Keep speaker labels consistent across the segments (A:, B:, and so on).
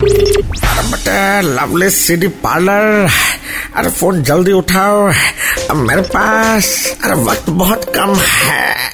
A: अरे बटे lovely city parlour अरे फोन जल्दी उठाओ अब मेरे पास अरे वक्त बहुत कम है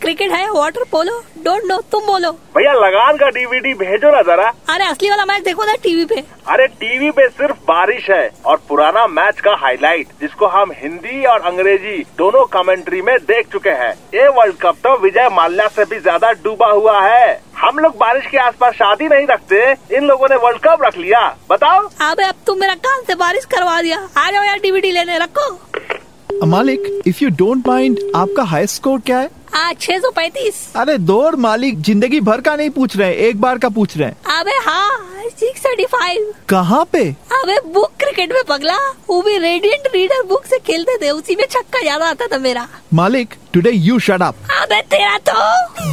B: क्रिकेट है वाटर पोलो डोंट नो तुम बोलो
C: भैया लगान का डीवीडी भेजो ना जरा
B: अरे असली वाला मैच देखो ना टीवी पे
C: अरे टीवी पे सिर्फ बारिश है और पुराना मैच का हाईलाइट जिसको हम हिंदी और अंग्रेजी दोनों कमेंट्री में देख चुके हैं ये वर्ल्ड कप तो विजय माल्या से भी ज्यादा डूबा हुआ है हम लोग बारिश के आसपास शादी नहीं रखते इन लोगों ने वर्ल्ड कप रख लिया बताओ
B: अबे अब तुम मेरा कान से बारिश करवा दिया आ जाओ यार डीवीडी लेने रखो
D: मालिक इफ यू डोंट माइंड आपका हाई स्कोर क्या है
B: आ छह सौ पैंतीस
D: अरे दौर मालिक जिंदगी भर का नहीं पूछ रहे हैं, एक बार का पूछ रहे हैं
B: अबे हाँ सिक्स थर्टी फाइव
D: कहाँ पे
B: अबे बुक क्रिकेट में पगला वो भी रेडियंट रीडर बुक से खेलते थे उसी में छक्का ज्यादा आता था मेरा
D: मालिक टुडे यू शट अप
B: अबे तेरा तो